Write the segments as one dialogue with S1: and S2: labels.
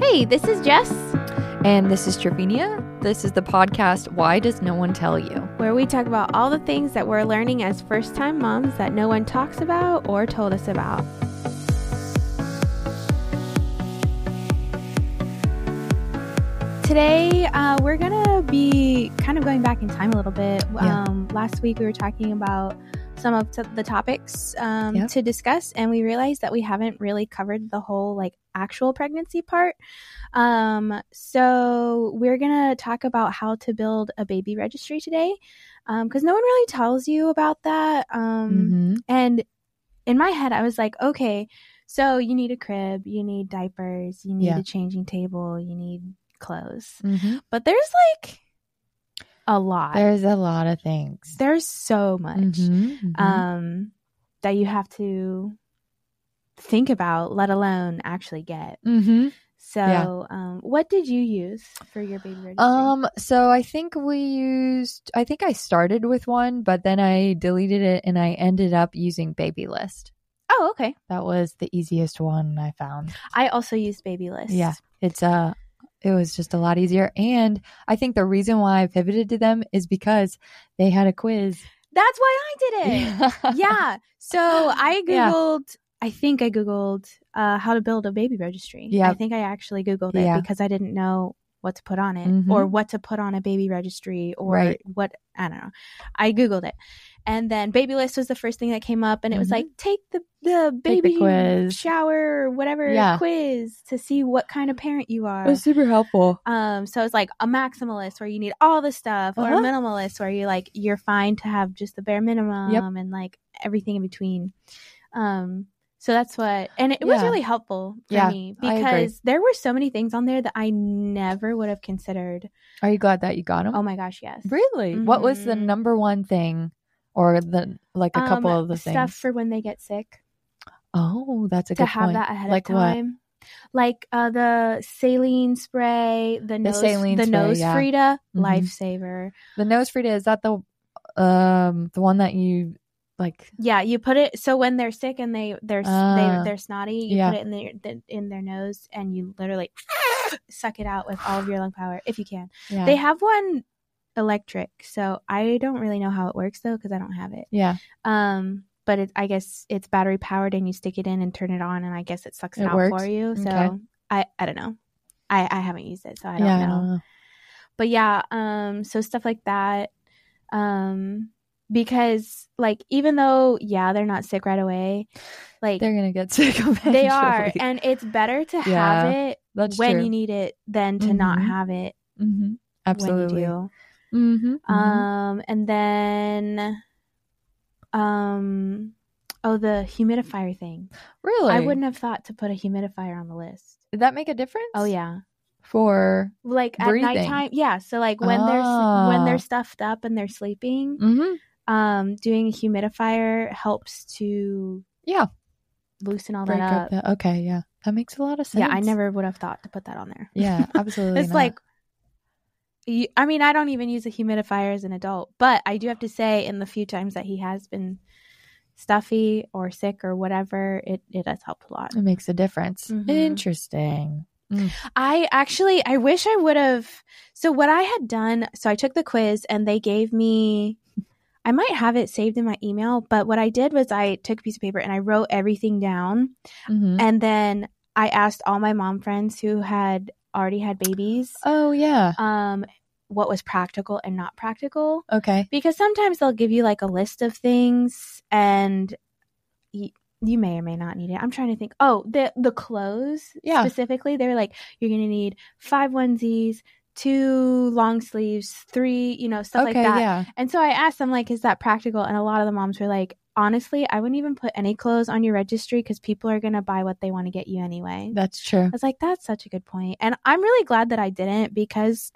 S1: Hey, this is Jess,
S2: And this is Trevinia. This is the podcast Why Does No One Tell You?
S1: where we talk about all the things that we're learning as first time moms that no one talks about or told us about. Today, uh, we're going to be kind of going back in time a little bit.
S2: Yeah.
S1: Um, last week, we were talking about some of t- the topics um,
S2: Yep.
S1: to discuss, and we realized that we haven't really covered the whole like actual pregnancy part. Um, so we're gonna talk about how to build a baby registry today, because no one really tells you about that. Um,
S2: Mm-hmm,
S1: And in my head, I was like, okay, so you need a crib, you need diapers, you need
S2: Yeah.
S1: a changing table, you need clothes,
S2: Mhm.
S1: but there's like a lot.
S2: There's a lot of things.
S1: there's so much
S2: Mhm, mhm.
S1: um, that you have to think about, let alone actually get.
S2: Mhm.
S1: So,
S2: Yeah.
S1: um, what did you use for your baby registry?
S2: Um, so I think we used, I think I started with one, but then I deleted it and I ended up using Baby List.
S1: oh, okay.
S2: That was the easiest one I found.
S1: I also used Baby List.
S2: Yeah, it's uh it was just a lot easier and I think the reason why I pivoted to them is because they had a quiz.
S1: that's why I did it. yeah. So I
S2: Yeah.
S1: googled. I think I googled uh, how to build a baby registry.
S2: Yeah.
S1: I think I actually googled it
S2: Yeah.
S1: because I didn't know what to put on it
S2: Mhm.
S1: or what to put on a baby registry or
S2: Right.
S1: what I don't know. I googled it. And then baby list was the first thing that came up and it was
S2: Mhm.
S1: like take the the
S2: Take the
S1: baby
S2: quiz.
S1: shower or whatever
S2: Yeah.
S1: quiz to see what kind of parent you are.
S2: It was super helpful.
S1: Um, so it's like a maximalist where you need all the stuff, or
S2: Uh-huh.
S1: a minimalist where you like you're fine to have just the bare minimum
S2: Yep.
S1: and like everything in between. Um, so that's what, and it, was
S2: Yeah.
S1: really helpful for
S2: Yeah,
S1: me
S2: I agree.
S1: because there were so many things on there that I never would have considered.
S2: Are you glad that you got them?
S1: Oh my gosh, yes,
S2: Uh-huh. really? What was the
S1: Mhm.
S2: number one thing or the like a couple
S1: Um,
S2: of the
S1: stuff
S2: things?
S1: for when they get sick
S2: oh, that's a
S1: to
S2: good
S1: have
S2: point.
S1: that ahead
S2: like
S1: of time. Like uh, the saline spray, the, nose,
S2: saline
S1: the
S2: spray,
S1: nose
S2: yeah.
S1: Frida,
S2: Mhm.
S1: lifesaver.
S2: what? The nose Frida is that the um the one that you like
S1: Yeah, you put it so when they're sick and they they're
S2: Ah,
S1: they, they're snotty, you
S2: yeah.
S1: put it in their th- in their nose and you literally suck it out with all of your lung power if you can.
S2: yeah.
S1: They have one electric, so I don't really know how it works though because I don't have it.
S2: yeah,
S1: Um, but it, I guess it's battery powered and you stick it in and turn it on and I guess it sucks it,
S2: It
S1: out
S2: works?
S1: for you. So
S2: Okay.
S1: I I don't know. I I haven't used it, so I don't
S2: yeah,
S1: know
S2: I don't know.
S1: but yeah um so stuff like that um because like even though yeah they're not sick right away like
S2: They're gonna get sick. Eventually.
S1: they are and it's better to have
S2: Yeah,
S1: it
S2: that's
S1: when
S2: true.
S1: you need it than to not
S2: Mhm.
S1: have it
S2: mm-hmm. absolutely.
S1: when you
S2: Mm-hmm.
S1: do um and then um oh the humidifier thing
S2: really,
S1: i wouldn't have thought to put a humidifier on the list
S2: Did that make a difference?
S1: oh yeah
S2: For
S1: like at
S2: Breathing.
S1: nighttime yeah so like when they're s- when
S2: Ah.
S1: they're stuffed up and they're sleeping
S2: mm-hmm.
S1: um doing a humidifier helps to
S2: Yeah.
S1: loosen all
S2: break
S1: that
S2: up.
S1: up,
S2: the- okay, yeah, that makes a lot of sense.
S1: yeah i never would have thought to put that on there
S2: Yeah, absolutely.
S1: it's
S2: not.
S1: like you, i mean i don't even use a humidifier as an adult but i do have to say in the few times that he has been stuffy or sick or whatever it, it has helped a lot
S2: it makes a difference.
S1: Mhm.
S2: Interesting.
S1: I actually I wish I would have so what I had done so I took the quiz and they gave me I might have it saved in my email but what I did was I took a piece of paper and I wrote everything down
S2: Mhm.
S1: and then I asked all my mom friends who had already had babies
S2: Oh yeah.
S1: um what was practical and not practical
S2: Okay.
S1: because sometimes they'll give you like a list of things and y- you may or may not need it. I'm trying to think. Oh, the the clothes
S2: Yeah.
S1: specifically, they're like you're going to need five onesies, two long sleeves, three, you know, stuff
S2: okay.
S1: like that.
S2: Yeah.
S1: And so I asked them like is that practical? And a lot of the moms were like, "Honestly, I wouldn't even put any clothes on your registry cuz people are going to buy what they want to get you anyway."
S2: That's true.
S1: I was like, that's such a good point. And I'm really glad that I didn't because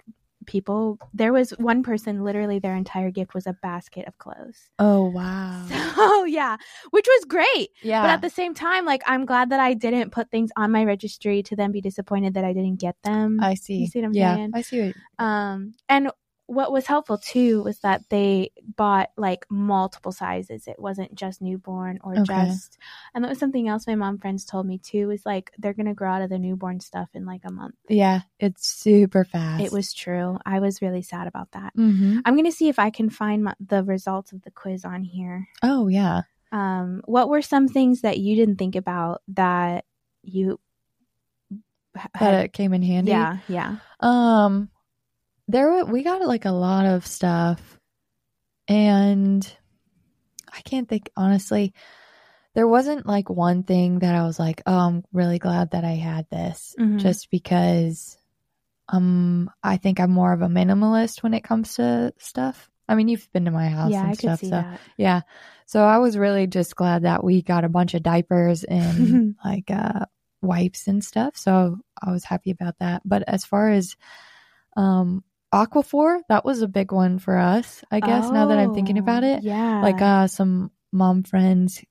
S1: people, there was one person, literally their entire gift was a basket of clothes.
S2: Oh wow.
S1: So, yeah, which was great.
S2: Yeah.
S1: But at the same time, like, I'm glad that I didn't put things on my registry to then be disappointed that I didn't get them.
S2: I see.
S1: You see what I'm
S2: yeah,
S1: saying?
S2: I see. What,
S1: um, and what was helpful too was that they bought like multiple sizes. It wasn't just newborn or
S2: Okay.
S1: just, and that was something else my mom friends told me too is like they're gonna grow out of the newborn stuff in like a month.
S2: Yeah, it's super fast.
S1: It was true. I was really sad about that.
S2: hmm
S1: I'm gonna see if I can find my, the results of the quiz on here.
S2: Oh yeah.
S1: Um, what were some things that you didn't think about that you h-
S2: That
S1: had?
S2: it came in handy.
S1: yeah, yeah.
S2: Um, there were, we got like a lot of stuff, and I can't think honestly. There wasn't like one thing that I was like, "Oh, I'm really glad that I had this,"
S1: Mhm.
S2: just because, um, I think I'm more of a minimalist when it comes to stuff. I mean, you've been to my house
S1: yeah,
S2: and
S1: I could
S2: stuff,
S1: see
S2: so
S1: that.
S2: yeah. So I was really just glad that we got a bunch of diapers and like uh, wipes and stuff. So I was happy about that. But as far as um, Aquaphor, that was a big one for us, I guess, now that I'm thinking about
S1: Oh,
S2: it.
S1: Yeah.
S2: Like uh, some mom friends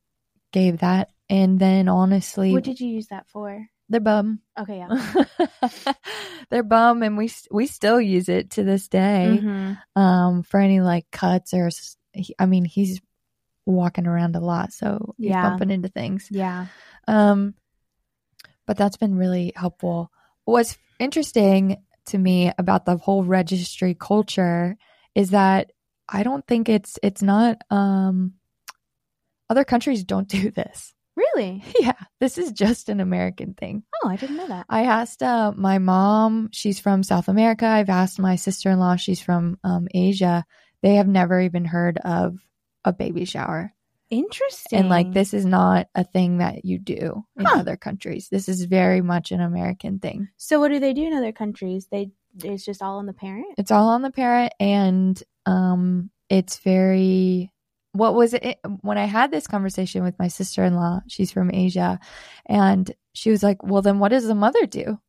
S2: gave that. And then honestly,
S1: what did you use that for?
S2: their bum.
S1: Okay, yeah.
S2: their bum. And we, s- we still use it to this day
S1: Mhm.
S2: um, for any like cuts or, s- he- I mean, he's walking around a lot, so he's
S1: Yeah.
S2: bumping into things.
S1: Yeah.
S2: Um, but that's been really helpful. What's interesting to me about the whole registry culture is that I don't think it's it's not um, other countries don't do this.
S1: Really?
S2: Yeah, this is just an American thing.
S1: Oh, I didn't know that.
S2: I asked uh, my mom, she's from South America. I've asked my sister in law, she's from um, Asia. They have never even heard of a baby shower.
S1: Interesting.
S2: And like, this is not a thing that you do in
S1: Huh.
S2: other countries. This is very much an American thing.
S1: So what do they do in other countries? They it's just all on the parent?
S2: It's all on the parent, and um, it's very. What was it when I had this conversation with my sister in law? She's from Asia, and she was like, "Well, then, what does the mother do?"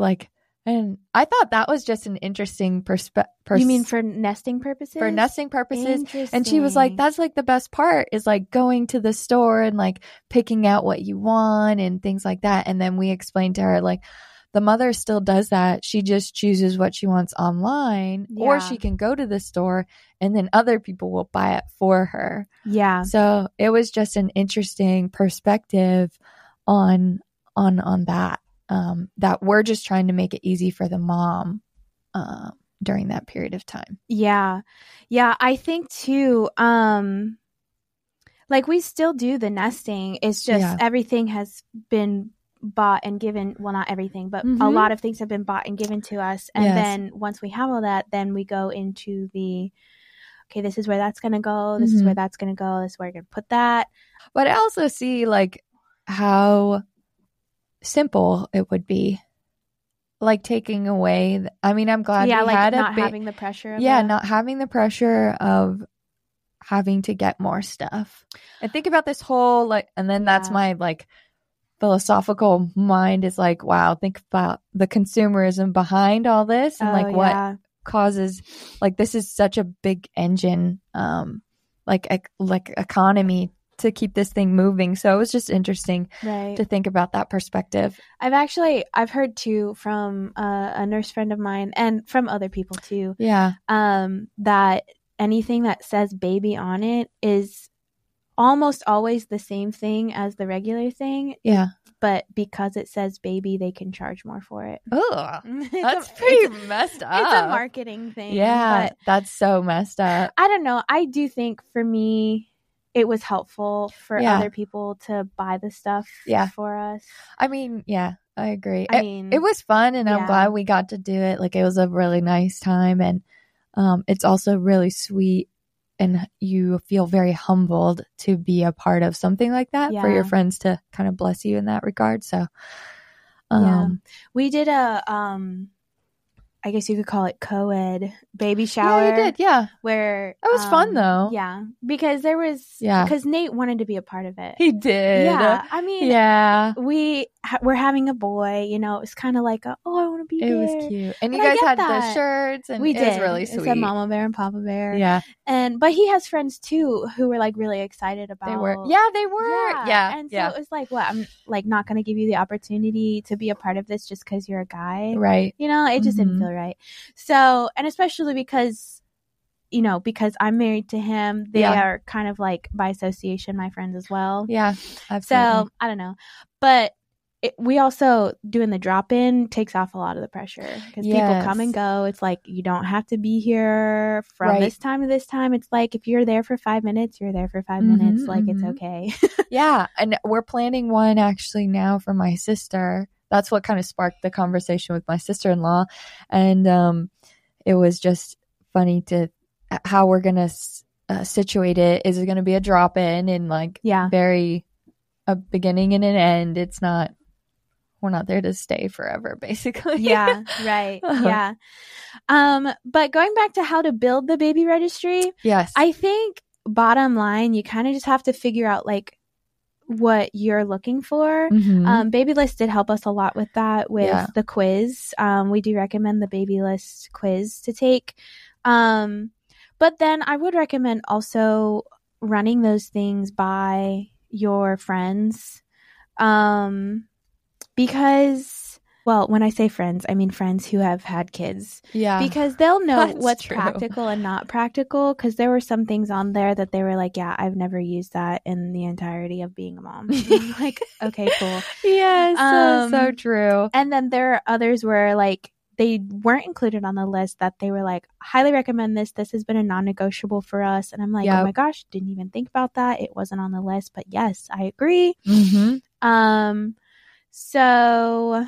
S2: Like, and I thought that was just an interesting perspective.
S1: you mean for nesting purposes?
S2: for nesting purposes? And she was like, "That's like the best part is like going to the store and like picking out what you want and things like that." And then we explained to her like the mother still does that. She just chooses what she wants online,
S1: Yeah.
S2: or she can go to the store and then other people will buy it for her.
S1: Yeah.
S2: So it was just an interesting perspective on on on that. Um, that we're just trying to make it easy for the mom uh, during that period of time.
S1: Yeah. Yeah, I think too um like we still do the nesting. It's just
S2: Yeah.
S1: everything has been bought and given well not everything but a
S2: Mhm.
S1: lot of things have been bought and given to us and
S2: Yes.
S1: then once we have all that then we go into the okay this is where that's going to go this is
S2: Mhm.
S1: where that's going to go this is where we're going to put that
S2: But I also see like how simple it would be, like taking away. th- I mean, I'm glad
S1: yeah
S2: we
S1: like
S2: had a
S1: not
S2: ba-
S1: having the pressure of
S2: yeah,
S1: a-
S2: not having the pressure of having to get more stuff. And think about this whole like, and then that's
S1: Yeah.
S2: my like philosophical mind is like, wow, think about the consumerism behind all this and
S1: Oh,
S2: like what
S1: yeah.
S2: causes like this is such a big engine um like ec- like economy to keep this thing moving so it was just interesting
S1: right
S2: to think about that perspective
S1: i've actually i've heard too from uh, a nurse friend of mine and from other people too
S2: yeah
S1: um that anything that says baby on it is almost always the same thing as the regular thing
S2: yeah
S1: but because it says baby they can charge more for it
S2: oh
S1: It's
S2: that's
S1: a-
S2: pretty
S1: it's,
S2: messed up
S1: it's a marketing thing
S2: yeah Uh,
S1: but
S2: that's so messed up
S1: I don't know. I do think for me, it was helpful for
S2: Yeah.
S1: other people to buy the stuff
S2: Yeah.
S1: for us.
S2: i mean yeah i agree
S1: I
S2: It-
S1: mean,
S2: it was fun and i'm
S1: Mm-hmm. Yeah.
S2: glad we got to do it like it was a really nice time and um, it's also really sweet and you feel very humbled to be a part of something like that for
S1: Yeah.
S2: your friends to kind of bless you in that regard so um
S1: we did a um, I guess you could call it co-ed baby
S2: yeah,
S1: shower.
S2: you did yeah
S1: Where
S2: That was fun,
S1: um,
S2: though.
S1: Yeah, because there was
S2: Yeah.
S1: because Nate wanted to be a part of it.
S2: he did
S1: yeah, I mean,
S2: yeah
S1: we ha- we're having a boy. You know, it was kind of like, a, oh, I want to be
S2: It
S1: here.
S2: was cute. And you
S1: And I
S2: guys
S1: get
S2: had the
S1: that.
S2: shirts and
S1: We
S2: it
S1: did.
S2: was really
S1: It
S2: sweet.
S1: said Mama Bear and Papa Bear.
S2: yeah.
S1: And but he has friends too who were like really excited about.
S2: They were. Yeah, they were. Yeah. Yeah.
S1: And so it was like, what? I'm like not going to give you the opportunity to be a part of this just because you're a guy.
S2: right.
S1: You know, it just didn't
S2: Mhm.
S1: feel right. So, and especially because, you know, because I'm married to him, they
S2: Yeah.
S1: are kind of like by association my friends as well.
S2: Yeah.
S1: So
S2: Absolutely.
S1: I don't know, but it, we also doing the drop in takes off a lot of the pressure because people
S2: Yes.
S1: come and go. It's like you don't have to be here from
S2: Right.
S1: this time to this time. It's like if you're there for five minutes, you're there for 5
S2: Mhm,
S1: minutes. Like
S2: mhm.
S1: it's okay.
S2: yeah. And we're planning one actually now for my sister. That's what kind of sparked the conversation with my sister in law. And um, it was just funny to how we're going to s- uh, situate it. Is it going to be a drop in and like
S1: yeah,
S2: very a beginning and an end? It's not, we're not there to stay forever, basically.
S1: yeah, right,
S2: Uh-huh.
S1: yeah. Um, but going back to how to build the baby registry,
S2: yes.
S1: I think bottom line, you kind of just have to figure out like what you're looking for.
S2: Mhm.
S1: Um, baby list did help us a lot with that with
S2: Yeah.
S1: the quiz. Um, we do recommend the baby list quiz to take. Um, but then I would recommend also running those things by your friends. Um, because, well, when I say friends, I mean friends who have had kids
S2: yeah.
S1: because they'll know
S2: That's
S1: what's
S2: true.
S1: practical and not practical. Because there were some things on there that they were like, "Yeah, I've never used that in the entirety of being a mom." I'm like, okay, cool.
S2: Yes, so- so
S1: Um,
S2: true.
S1: And then there are others where like they weren't included on the list that they were like, "Highly recommend this. This has been a non-negotiable for us." And I'm like,
S2: Yeah.
S1: "Oh my gosh, didn't even think about that. It wasn't on the list, but yes, I agree."
S2: Mm-hmm.
S1: Um, so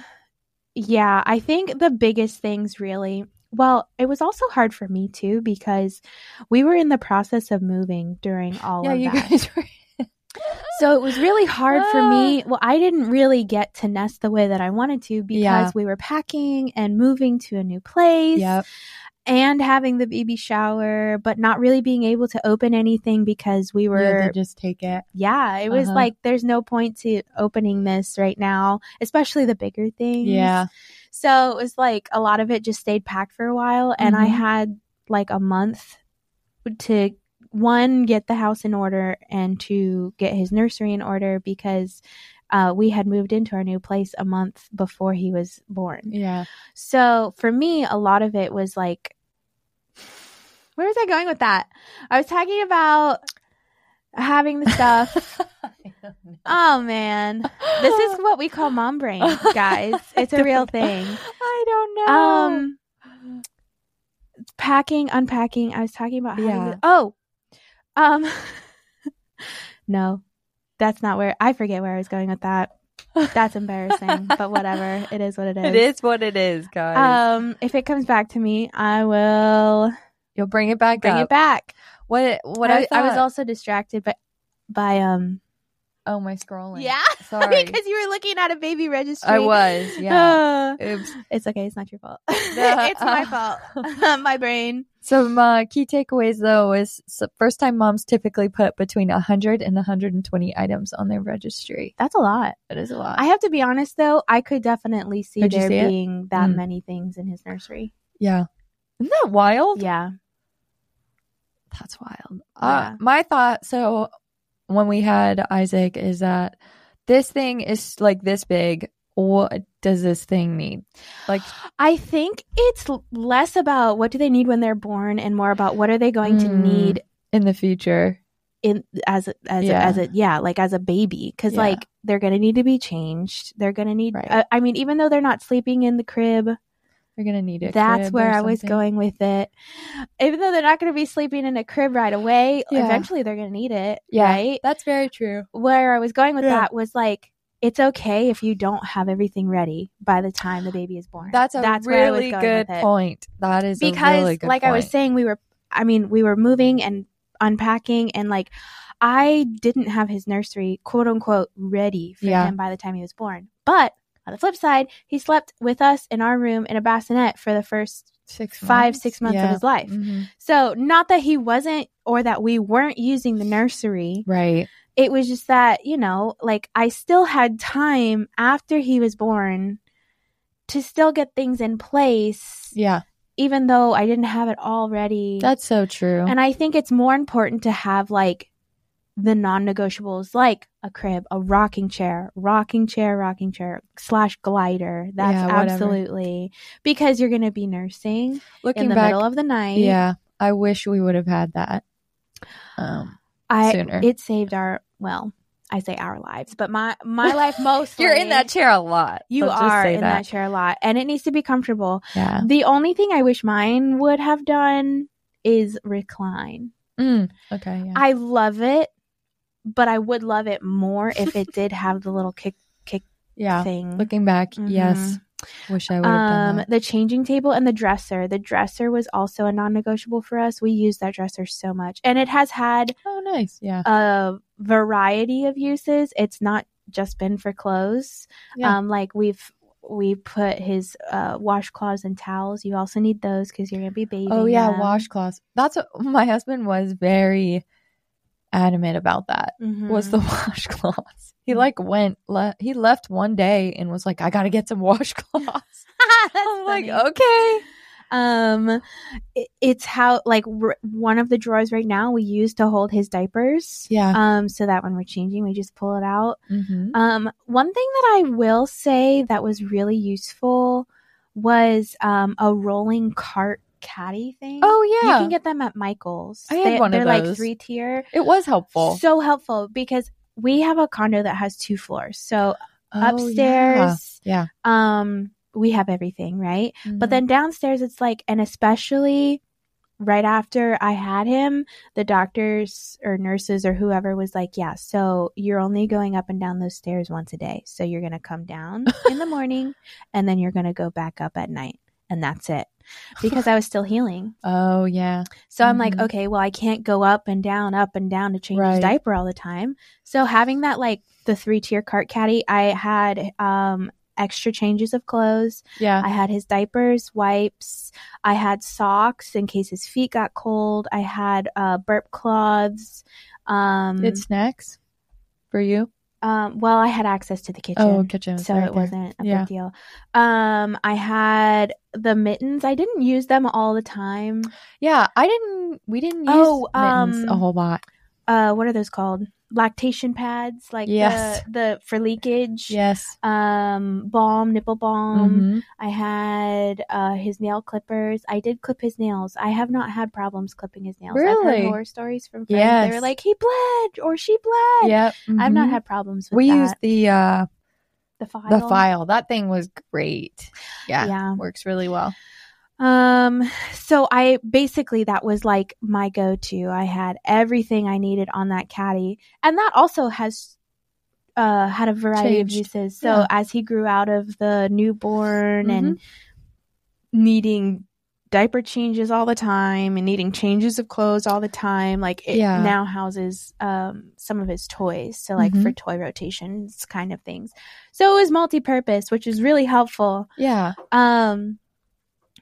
S1: yeah, I think the biggest things really. Well, it was also hard for me too because we were in the process of moving during all
S2: Yeah,
S1: of
S2: you
S1: that.
S2: guys were.
S1: So it was really hard for me. Well, I didn't really get to nest the way that I wanted to because
S2: Yeah.
S1: we were packing and moving to a new place
S2: Yep.
S1: and having the baby shower, but not really being able to open anything because we
S2: You had
S1: were
S2: to just take it.
S1: yeah, it was
S2: Uh-huh.
S1: like there's no point to opening this right now, especially the bigger things.
S2: Yeah.
S1: So it was like a lot of it just stayed packed for a while and I
S2: Mhm.
S1: had like a month to one get the house in order and to get his nursery in order because uh, we had moved into our new place a month before he was born.
S2: Yeah.
S1: So for me, a lot of it was like, where was I going with that? I was talking about having the stuff. oh man, this is what we call mom brain, guys. It's a real thing.
S2: I don't know.
S1: Um, packing, unpacking. I was talking about having.
S2: Yeah.
S1: the- oh, um, no, that's not where I forget where I was going with that.
S2: Um,
S1: That's embarrassing, but whatever. It is what it is.
S2: it is what it is, guys.
S1: Um, if it comes back to me, I will
S2: You'll bring it back
S1: bring
S2: up.
S1: it back.
S2: What? What? I,
S1: I, I was
S2: thought-
S1: also distracted by by um
S2: Oh my, scrolling.
S1: yeah
S2: Sorry.
S1: because you were looking at a baby registry.
S2: I was. Yeah.
S1: Uh,
S2: Oops.
S1: it's okay. It's not your fault.
S2: The-
S1: it's my
S2: uh,
S1: fault. my brain.
S2: Some uh, key takeaways, though, is first time moms typically put between 100 and 120 items on their registry.
S1: That's a lot.
S2: That is a lot.
S1: I have to be honest though. I could definitely see
S2: Could you
S1: there
S2: see it?
S1: being that
S2: Mm.
S1: many things in his nursery.
S2: yeah. Isn't that wild?
S1: Yeah.
S2: That's wild.
S1: Yeah.
S2: Uh, my thought so when we had Isaac is that this thing is like this big. What does this thing need? Like,
S1: I think it's l- less about what do they need when they're born and more about what are they going to
S2: Mm.
S1: need
S2: in the future.
S1: in as a, as a,
S2: Yeah.
S1: as a yeah like as a baby because
S2: Yeah.
S1: like they're gonna need to be changed they're gonna need
S2: Right.
S1: uh, i mean even though they're not sleeping in the crib
S2: They're going to need it.
S1: that's where i was going with it even though they're not gonna be sleeping in a crib right away
S2: Yeah.
S1: eventually they're gonna need it
S2: Yeah.
S1: right
S2: That's very true.
S1: where i was going with
S2: Yeah.
S1: that was like it's okay if you don't have everything ready by the time the baby is born
S2: That's a
S1: where I was
S2: really
S1: going
S2: good
S1: with it
S2: point. That is a
S1: because
S2: really good
S1: like i was
S2: point.
S1: saying we were i mean we were moving and unpacking and like i didn't have his nursery quote unquote ready for
S2: Yeah.
S1: him by the time he was born but on the flip side he slept with us in our room in a bassinet for the first
S2: six
S1: five six months of
S2: Yeah.
S1: his life
S2: Mhm.
S1: so not that he wasn't or that we weren't using the nursery
S2: Right.
S1: it was just that, you know, like I still had time after he was born to still get things in place,
S2: Yeah.
S1: even though I didn't have it all ready.
S2: That's so true.
S1: And I think it's more important to have like the non negotiables, like a crib, a rocking chair, rocking chair, rocking chair, slash glider. That's
S2: Yeah, whatever.
S1: absolutely because you're going to be nursing
S2: Looking
S1: in the
S2: back,
S1: middle of the night.
S2: yeah, I wish we would have had that. Um,
S1: I,
S2: sooner.
S1: It saved our, well, I say our lives, but my, my life mostly.
S2: You're in that chair a lot.
S1: You
S2: Let's just
S1: are
S2: say
S1: in that chair a lot, and it needs to be comfortable.
S2: Yeah.
S1: The only thing I wish mine would have done is recline.
S2: Mm, okay. Yeah.
S1: I love it, but I would love it more if it did have the little kick
S2: yeah.
S1: thing.
S2: Looking back, yes. Wish I would have done
S1: Mm-hmm. Um,
S2: that.
S1: the changing table and the dresser. The dresser was also a non-negotiable for us. We use that dresser so much, and it has had
S2: Oh, nice. Yeah.
S1: a variety of uses. It's not just been for clothes.
S2: Yeah.
S1: Um, like we've we put his uh, washcloths and towels. You also need those because you're gonna be bathing.
S2: Oh yeah,
S1: them.
S2: washcloths. That's what my husband was very adamant about that.
S1: Mhm.
S2: Was the washcloths. He
S1: Mm.
S2: like went le- he left one day and was like I got to get some washcloths.
S1: That's
S2: I'm like,
S1: funny.
S2: "Okay."
S1: um it- it's how like r- one of the drawers right now we use to hold his diapers
S2: Yeah.
S1: um so that when we're changing we just pull it out
S2: hmm
S1: um one thing that i will say that was really useful was um a rolling cart caddy thing
S2: Oh
S1: you
S2: yeah.
S1: can get them at michael's
S2: I had one of
S1: they're like
S2: those.
S1: three tier
S2: it was helpful.
S1: so helpful because we have a condo that has two floors so
S2: Oh, yeah.
S1: upstairs
S2: Yeah.
S1: um we have everything right but
S2: Mhm.
S1: then downstairs, it's like, and especially right after I had him, the doctors or nurses or whoever was like, yeah, so you're only going up and down those stairs once a day. So you're going to come down in the morning and then you're going to go back up at night. And that's it because I was still healing.
S2: Oh yeah.
S1: So I'm like,
S2: Mhm.
S1: okay, well, I can't go up and down, up and down to change
S2: Right.
S1: his diaper all the time. So having that, like the three tier cart caddy, I had um, extra changes of clothes.
S2: Yeah.
S1: I had his diapers, wipes. I had socks in case his feet got cold. I had uh, burp cloths. Um,
S2: Did snacks for you?
S1: um, well, I had access to the kitchen,
S2: Oh, kitchen. was
S1: so
S2: right
S1: it
S2: there.
S1: wasn't a
S2: Yeah.
S1: big deal. Um, I had the mittens. I didn't use them all the time.
S2: Yeah, I didn't. We didn't use
S1: Oh,
S2: mittens a
S1: um,
S2: whole lot.
S1: Uh, what are those called? Lactation pads, like
S2: Yes.
S1: the, the for leakage.
S2: Yes.
S1: Um, balm, nipple balm.
S2: Mhm.
S1: I had uh, his nail clippers. I did clip his nails. I have not had problems clipping his nails. I've
S2: Really?
S1: heard horror stories from friends. They were
S2: Yes.
S1: like, he bled or she bled.
S2: Yep.
S1: I've not
S2: mhm.
S1: had problems with
S2: We
S1: that.
S2: used the uh
S1: the file.
S2: the file. That thing was great. Yeah,
S1: Yeah.
S2: works really well.
S1: Um. So I basically that was like my go-to. I had everything I needed on that caddy, and that also has uh had a variety
S2: Changed.
S1: of uses. So
S2: Yeah.
S1: as he grew out of the newborn and
S2: Mm-hmm.
S1: needing diaper changes all the time and needing changes of clothes all the time like it
S2: Yeah.
S1: now houses um, some of his toys so like
S2: Mm-hmm.
S1: for toy rotations kind of things so it was multi-purpose which is really helpful
S2: Yeah,
S1: um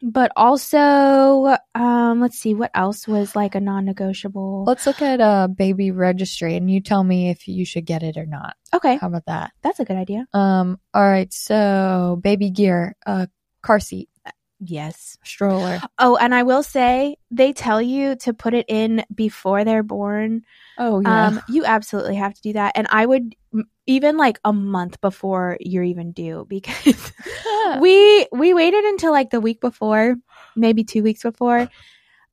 S1: but also um let's see what else was like a non-negotiable
S2: let's look at uh baby registry, and you tell me if you should get it or not.
S1: okay
S2: How about that?
S1: that's a good idea
S2: Um, all right. So baby gear, uh, car seat,
S1: yes
S2: stroller.
S1: oh and i will say they tell you to put it in before they're born
S2: Oh
S1: Um, you absolutely have to do that, and I would m- even like a month before you're even due because
S2: Um,
S1: we we waited until like the week before, maybe two weeks before,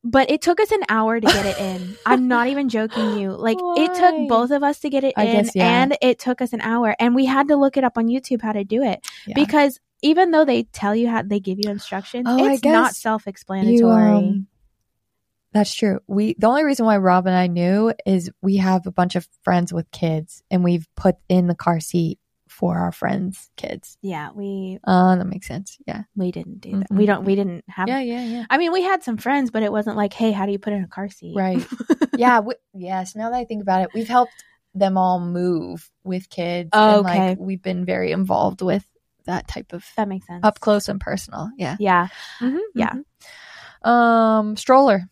S1: but it took us an hour to get it in. I'm not even joking you. Like it
S2: Why?
S1: took both of us to get it
S2: I
S1: in,
S2: guess, yeah.
S1: and it took us an hour, and we had to look it up on YouTube how to do it
S2: Yeah.
S1: because even though they tell you how they give you instructions,
S2: Oh, I
S1: it's not
S2: guess
S1: self-explanatory.
S2: You, um, that's true. We the only reason why Rob and I knew is we have a bunch of friends with kids, and we've put in the car seat for our friends' kids.
S1: yeah, we
S2: Uh, that makes sense. Yeah,
S1: we didn't do that. We
S2: Mhm.
S1: don't. We didn't have.
S2: yeah, yeah.
S1: I mean, we had some friends, but it wasn't like, hey, how do you put in a car seat?
S2: Right. yeah. We, yes. Now that I think about it, we've helped them all move with kids.
S1: Oh,
S2: and,
S1: okay.
S2: Like we've been very involved with that type of
S1: that makes sense.
S2: up close and personal. Yeah.
S1: Mm-hmm, Yeah.
S2: Mm-hmm,
S1: Yeah.
S2: Um, stroller.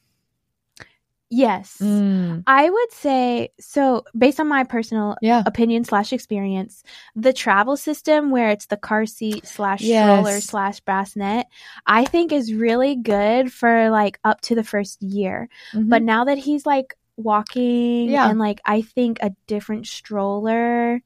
S1: Yes.
S2: Mm,
S1: I would say so based on my personal
S2: yeah.
S1: opinion slash experience, the travel system where it's the car seat slash stroller
S2: Yes.
S1: slash bassinet, I think is really good for like up to the first year.
S2: Mhm.
S1: But now that he's like walking
S2: Yeah.
S1: and like I think a different stroller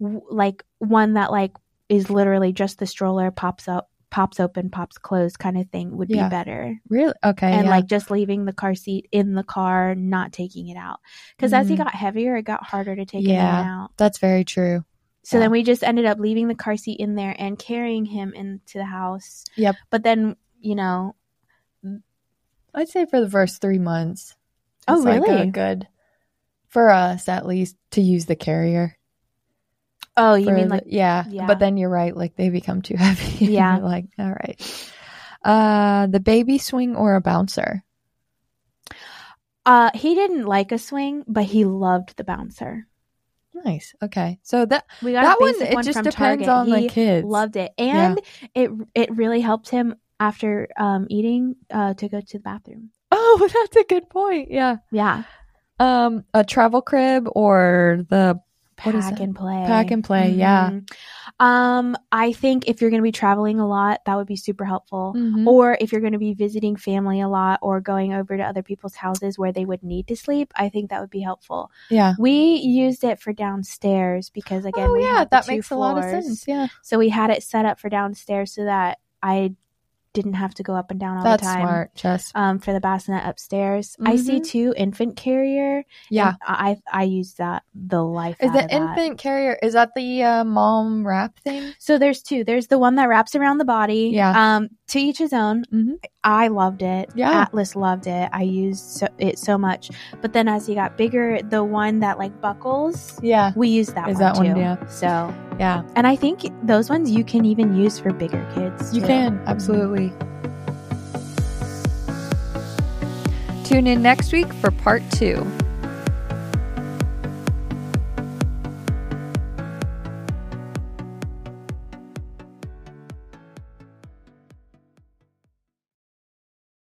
S1: w- like one that like is literally just the stroller pops up pops open pops closed kind of thing would
S2: Yeah.
S1: be better
S2: Mm-hmm. really okay.
S1: and
S2: Oh, yeah.
S1: like just leaving the car seat in the car not taking it out because as he
S2: Mm.
S1: got heavier it got harder to take him
S2: Yeah.
S1: in and out
S2: that's very true.
S1: so
S2: Yeah.
S1: then we just ended up leaving the car seat in there and carrying him into the house
S2: Yep.
S1: but then you know
S2: I'd say for the first three months.
S1: Oh,
S2: is, like, a
S1: really?
S2: good for us at least to use the carrier.
S1: oh you
S2: for
S1: mean
S2: the-
S1: like
S2: yeah.
S1: yeah.
S2: But then you're right, like they become too heavy. and
S1: Yeah.
S2: you're like, all right. Uh the baby swing or a bouncer.
S1: uh he didn't like a swing but he loved the bouncer
S2: Nice. Okay. So that
S1: we got
S2: that
S1: a
S2: one
S1: basic
S2: it
S1: one
S2: just
S1: from
S2: depends
S1: Target.
S2: on
S1: He
S2: the kids.
S1: loved it
S2: Yeah.
S1: and it it really helped him after um eating uh to go to the bathroom
S2: Oh, that's a good point. Yeah.
S1: yeah
S2: Um a travel crib or the What is
S1: pack
S2: that?
S1: and play
S2: Pack and play, yeah.
S1: Mhm. um i think if you're going to be traveling a lot that would be super helpful
S2: Mhm.
S1: or if you're going to be visiting family a lot or going over to other people's houses where they would need to sleep i think that would be helpful
S2: Yeah.
S1: we used it for downstairs because again
S2: oh
S1: we
S2: yeah,
S1: had the
S2: that
S1: two
S2: makes a lot of
S1: floors.
S2: sense. Yeah.
S1: So we had it set up for downstairs so that I didn't have to go up and down all
S2: That's
S1: the time.
S2: smart, Jess.
S1: Um, for the bassinet upstairs, I see
S2: Mhm.
S1: two infant carrier.
S2: Yeah.
S1: and I I use that the life
S2: Is
S1: out
S2: the
S1: of that.
S2: infant carrier? Is that the uh, mom wrap thing?
S1: So there's two. There's the one that wraps around the body.
S2: Yeah.
S1: Um, to each his own.
S2: Mhm.
S1: I loved it.
S2: Yeah.
S1: Atlas loved it. I used so, it so much. But then as he got bigger, the one that like buckles,
S2: Yeah,
S1: we used that
S2: Is
S1: one
S2: that one-
S1: too.
S2: yeah.
S1: So
S2: yeah,
S1: and I think those ones you can even use for bigger kids.
S2: you
S1: too.
S2: can absolutely. Tune in next week for part two.